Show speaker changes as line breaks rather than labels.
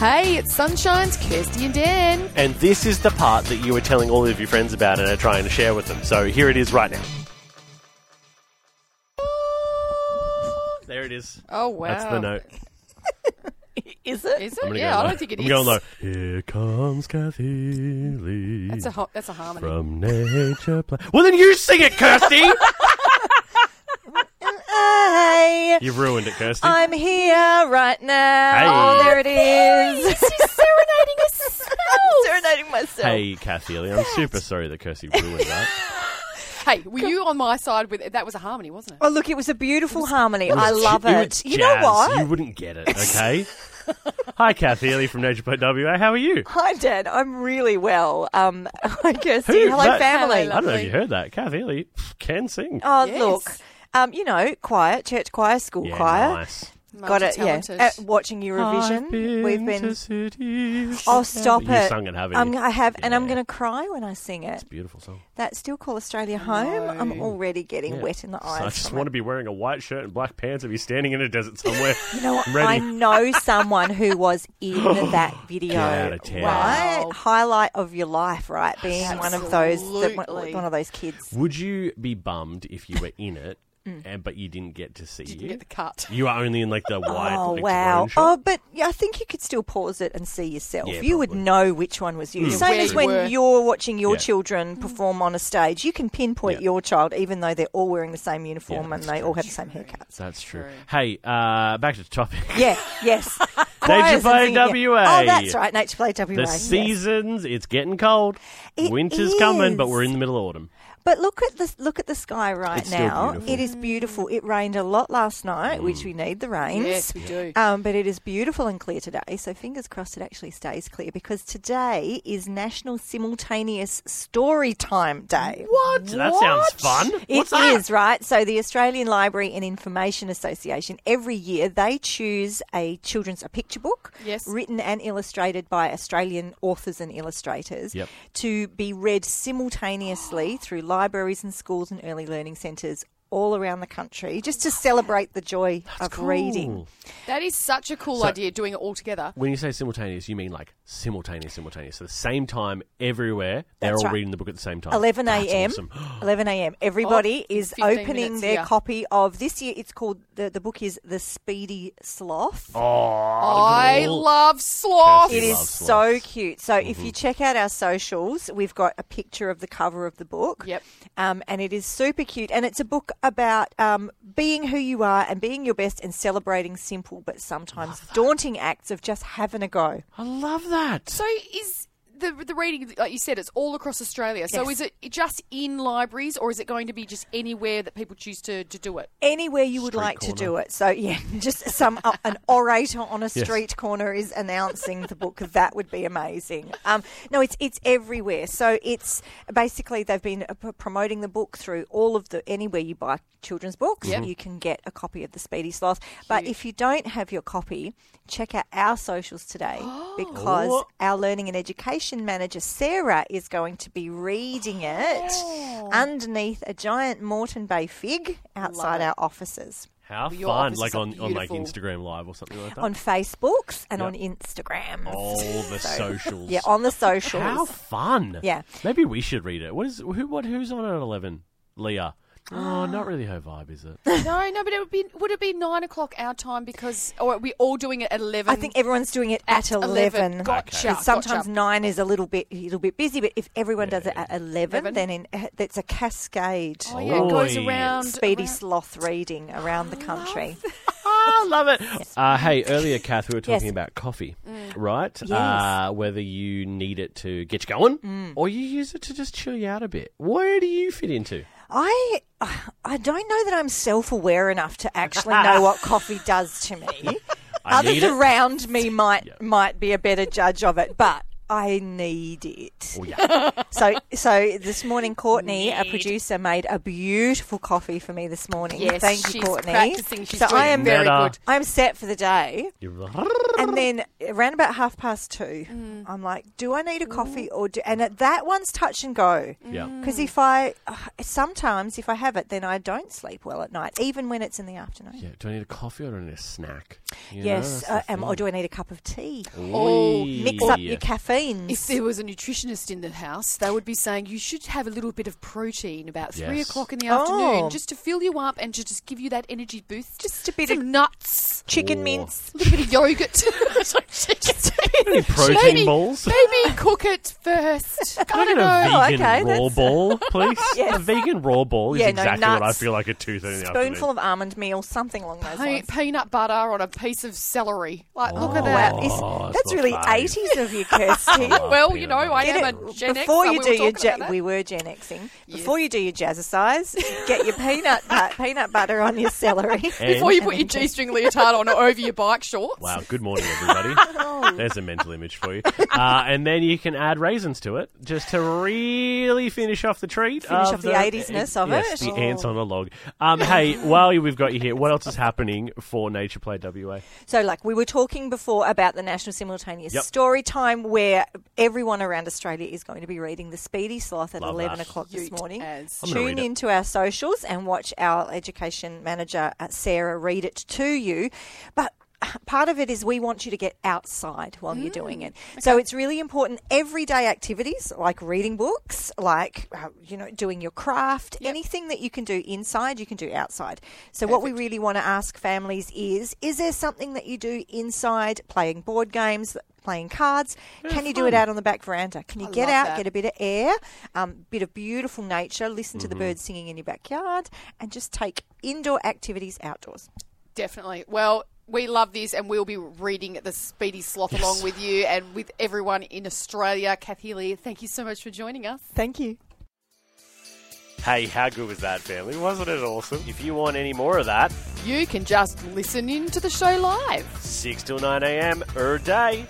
Hey, it's Sunshine's Kirsty and Dan.
And this is the part that you were telling all of your friends about and are trying to share with them. So here it is right now. There it is.
Oh, wow.
That's the note.
Is it?
Is it?
I'm gonna
Yeah,
go
I
low.
don't think it
I'm
is.
going low. Here comes Kathy Lee
That's a, ho- that's a harmony.
from Nature Play. Well, then you sing it, Kirsty.
Hey,
You've ruined it, Kirsty.
I'm here right now.
Hey.
Oh, there it is. She's serenading us. serenading myself.
Hey, Kathy Lee. I'm super sorry that Kirsty ruined that.
Hey, were you on my side with that? Was a harmony, wasn't it?
Oh, look, it was a beautiful harmony. I
was-
love
was
it. You know
jazz. You
what?
wouldn't get it, okay? Hi, Kathy Lee from Nature Play WA. How are you?
Hi, Dad. I'm really well. Um, hi, Kirsty.
Who?
Hello,
That-
family.
I don't know if you heard that. Kathy Lee can sing.
Oh,
Yes.
look. Um, you know, choir, church choir, school
yeah,
choir.
nice.
Got it. Yeah. Uh,
Multi-talented.
At watching Eurovision, we've been. Oh, stop
You
it!
sung it, haven't
I'm,
you?
I have, and I'm
Yeah.
going to cry when I sing it.
Beautiful song.
That still call Australia home. I'm already getting
Yeah.
wet in the
So
eyes.
I just
from
want
it.
to be wearing a white shirt and black pants and be standing in a desert somewhere.
You know, what?
I'm ready.
I know someone who was in that video.
out of town.
Right,
Wow.
highlight of your life, right? Being one of those, that-
Absolutely.
one of those kids.
Would you be bummed if you were in it,
Mm.
and, but you didn't get to see
Didn't
you?
get the cut.
You are only in like the wide.
Oh
Victorian
wow!
shot.
Oh, but yeah, I think you could still pause it and see yourself.
Yeah,
you would
probably. Hmm.
know which one was you. Same
Where
as
you
when
were.
you're watching your
Yeah.
children perform on a stage, you can pinpoint
Yeah.
your child, even though they're all wearing the same uniform and
that's
they
true.
all have the same haircuts.
That's true. Hey, uh, back to the topic.
Yeah, yes.
Nature
Choirs and
Play
singing, yeah.
WA.
Oh, that's right, Nature Play WA.
The
yes.
seasons, it's getting cold.
It
Winter's coming, but
is.
we're in the middle of autumn.
But look at the look at the sky right
It's still
now.
beautiful. Mm.
It is beautiful. It rained a lot last night, which we need the rains.
Yes, we do.
Um, but it is beautiful and clear today. So fingers crossed it actually stays clear because today is National Simultaneous Story Time Day.
What? That sounds fun.
It is
What's that?
right. So the Australian Library and Information Association every year they choose a children's a picture book,
Yes.
written and illustrated by Australian authors and illustrators,
Yep.
to be read simultaneously through libraries and schools and early learning centres all around the country, just to celebrate the joy of reading.
Cool.
That is such a cool
So-
idea, doing it all together.
When you say simultaneous, you mean like simultaneous, simultaneous. So the same time everywhere, they're
That's
all
right.
reading the book at the same time.
11
That's
a.m.
awesome.
11 a.m. Everybody
Oh,
is
15
opening
minutes,
their
yeah.
copy of this year. It's called the, the book is The Speedy Sloth.
Oh,
I
cool.
love sloth.
Kirsty
It
We
is
love
so
sloths.
cute. So if you check out our socials, we've got a picture of the cover of the book.
Yep.
Um, and it is super cute. And it's a book about um, being who you are and being your best and celebrating simple but sometimes daunting acts of just having a go.
I love that.
So is the the reading like you said it's all across Australia. So
Yes.
is it just in libraries or is it going to be just anywhere that people choose to, to do it?
Anywhere you would
Street
like to
corner.
do it. So yeah, just some uh, an orator on a street corner is announcing the book. That would be amazing. Um, no, it's it's everywhere. So it's basically they've been uh, p- promoting the book through all of the anywhere you buy children's books,
Yep.
you can get a copy of the Speedy Sloth. But if you don't have your copy, check out our socials today because
Oh.
our learning and education manager Sarah is going to be reading it
Oh.
underneath a giant Moreton Bay fig outside our offices.
How
Your
fun!
offices
Like
are
on, on like
beautiful.
Instagram Live or something like that.
On Facebooks and
Yep.
on Instagram.
all the socials.
Yeah, on the socials.
How fun!
Yeah.
Maybe we should read it. What is who? What who's on at eleven? Leah. Oh, not really her vibe, is it?
No, no, but it would be would it be nine o'clock our time because or are we all doing it at eleven?
I think everyone's doing it at, 11.
Gotcha.
Because sometimes
gotcha.
nine is a little bit a little bit busy, but if everyone does it at 11,
11?
then in, that's a cascade
Oh yeah, it goes
Oi.
around
speedy
around-
sloth reading around the country.
I love it. Uh, hey, earlier, Kath, we were talking
Yes. Mm.
about coffee, right? Uh, whether you need it to get you going
Mm.
or you use it to just chill you out a bit. Where do you fit into?
I I don't know that I'm self-aware enough to actually know what coffee does to me.
I
Others
need it.
around me might might be a better judge of it, but I need it.
Oh, yeah.
So, so this morning, Courtney, a producer, made a beautiful coffee for me this morning.
Yes,
Thank you,
she's
Courtney.
practicing. She's
so
doing
I am
very
Nada.
good.
I'm set for the day.
You-
And then around about half past two,
Mm.
I'm like, do I need a coffee or do? And at that one's touch and go.
Mm.
yeah.
Because if I, sometimes if I have it, then I don't sleep well at night, even when it's in the afternoon.
Yeah. Do I need a coffee or do I need a snack? You
Yes,
know,
uh,
that's the
um, or
thing.
do I need a cup of tea?
Oh,
Wee.
Mix up your caffeines.
If there was a nutritionist in the house, they would be saying you should have a little bit of protein about three
Yes.
o'clock in the
Oh.
afternoon just to fill you up and to just give you that energy boost.
Just a bit
Some
of
nuts,
chicken
Or-
mince.
a little bit of yogurt. Sorry, chicken.
Any protein
Maybe-
balls?
Maybe cook it first. I
Can I
don't
get
know.
a vegan
okay,
raw
that's-
ball, please?
Yes.
A vegan raw ball is
Yeah, no,
exactly what I
nuts.
feel like at two thirty in the
Spoonful
afternoon.
of almond meal, something along those
Pe-
lines.
peanut butter on a piece of celery. Like, look at
Oh,
that.
Wow, is-
that's
that's
not
really
bad.
eighties of you, Kirsty.
Oh,
well,
peanut
you know,
butter.
I
Get
am a
it.
Gen X,
before
so
you
we
do
were
your
talking about
ja-
that.
we were Gen Xing. Before you do your jazzercise, get your peanut but- peanut butter on your celery.
And-
Before you put your G-string leotard on or over your bike shorts.
Wow, good morning, everybody. There's a mental image for you. Uh, and then you can add raisins to it just to really finish off the treat.
Finish
of
off the 80s-ness of
yes,
it.
the
Oh.
ants on a log. Um, hey, while you- we've got you here, what else is happening for Nature Play WA?
So, like we were talking before about the National Simultaneous
Yep.
Story Time, where everyone around Australia is going to be reading The Speedy Sloth at
Love
11
that.
o'clock this
Cute
morning.
as.
I'm gonna
Tune
read it.
in to our socials and watch our education manager, uh, Sarah, read it to you. But uh, Part of it is we want you to get outside while you're
Mm,
doing it. So it's really important everyday activities like reading books, like uh, you know doing your craft, anything that you can do inside, you can do outside. So what we really want to ask families is is there something that you do inside playing board games, playing cards? can you do it out on the back veranda? Can you get
love
out,
that.
get a bit of air, um, bit of beautiful nature, listen to the birds singing in your backyard and just take indoor activities outdoors.
Definitely. Well, we love this, and we'll be reading the Speedy Sloth along with you and with everyone in Australia. Kathy Lee, thank you so much for joining us.
Thank you.
Hey, how good was that, family? Wasn't it awesome? If you want any more of that,
You can just listen in to the show live.
6 till 9 a.m. er day.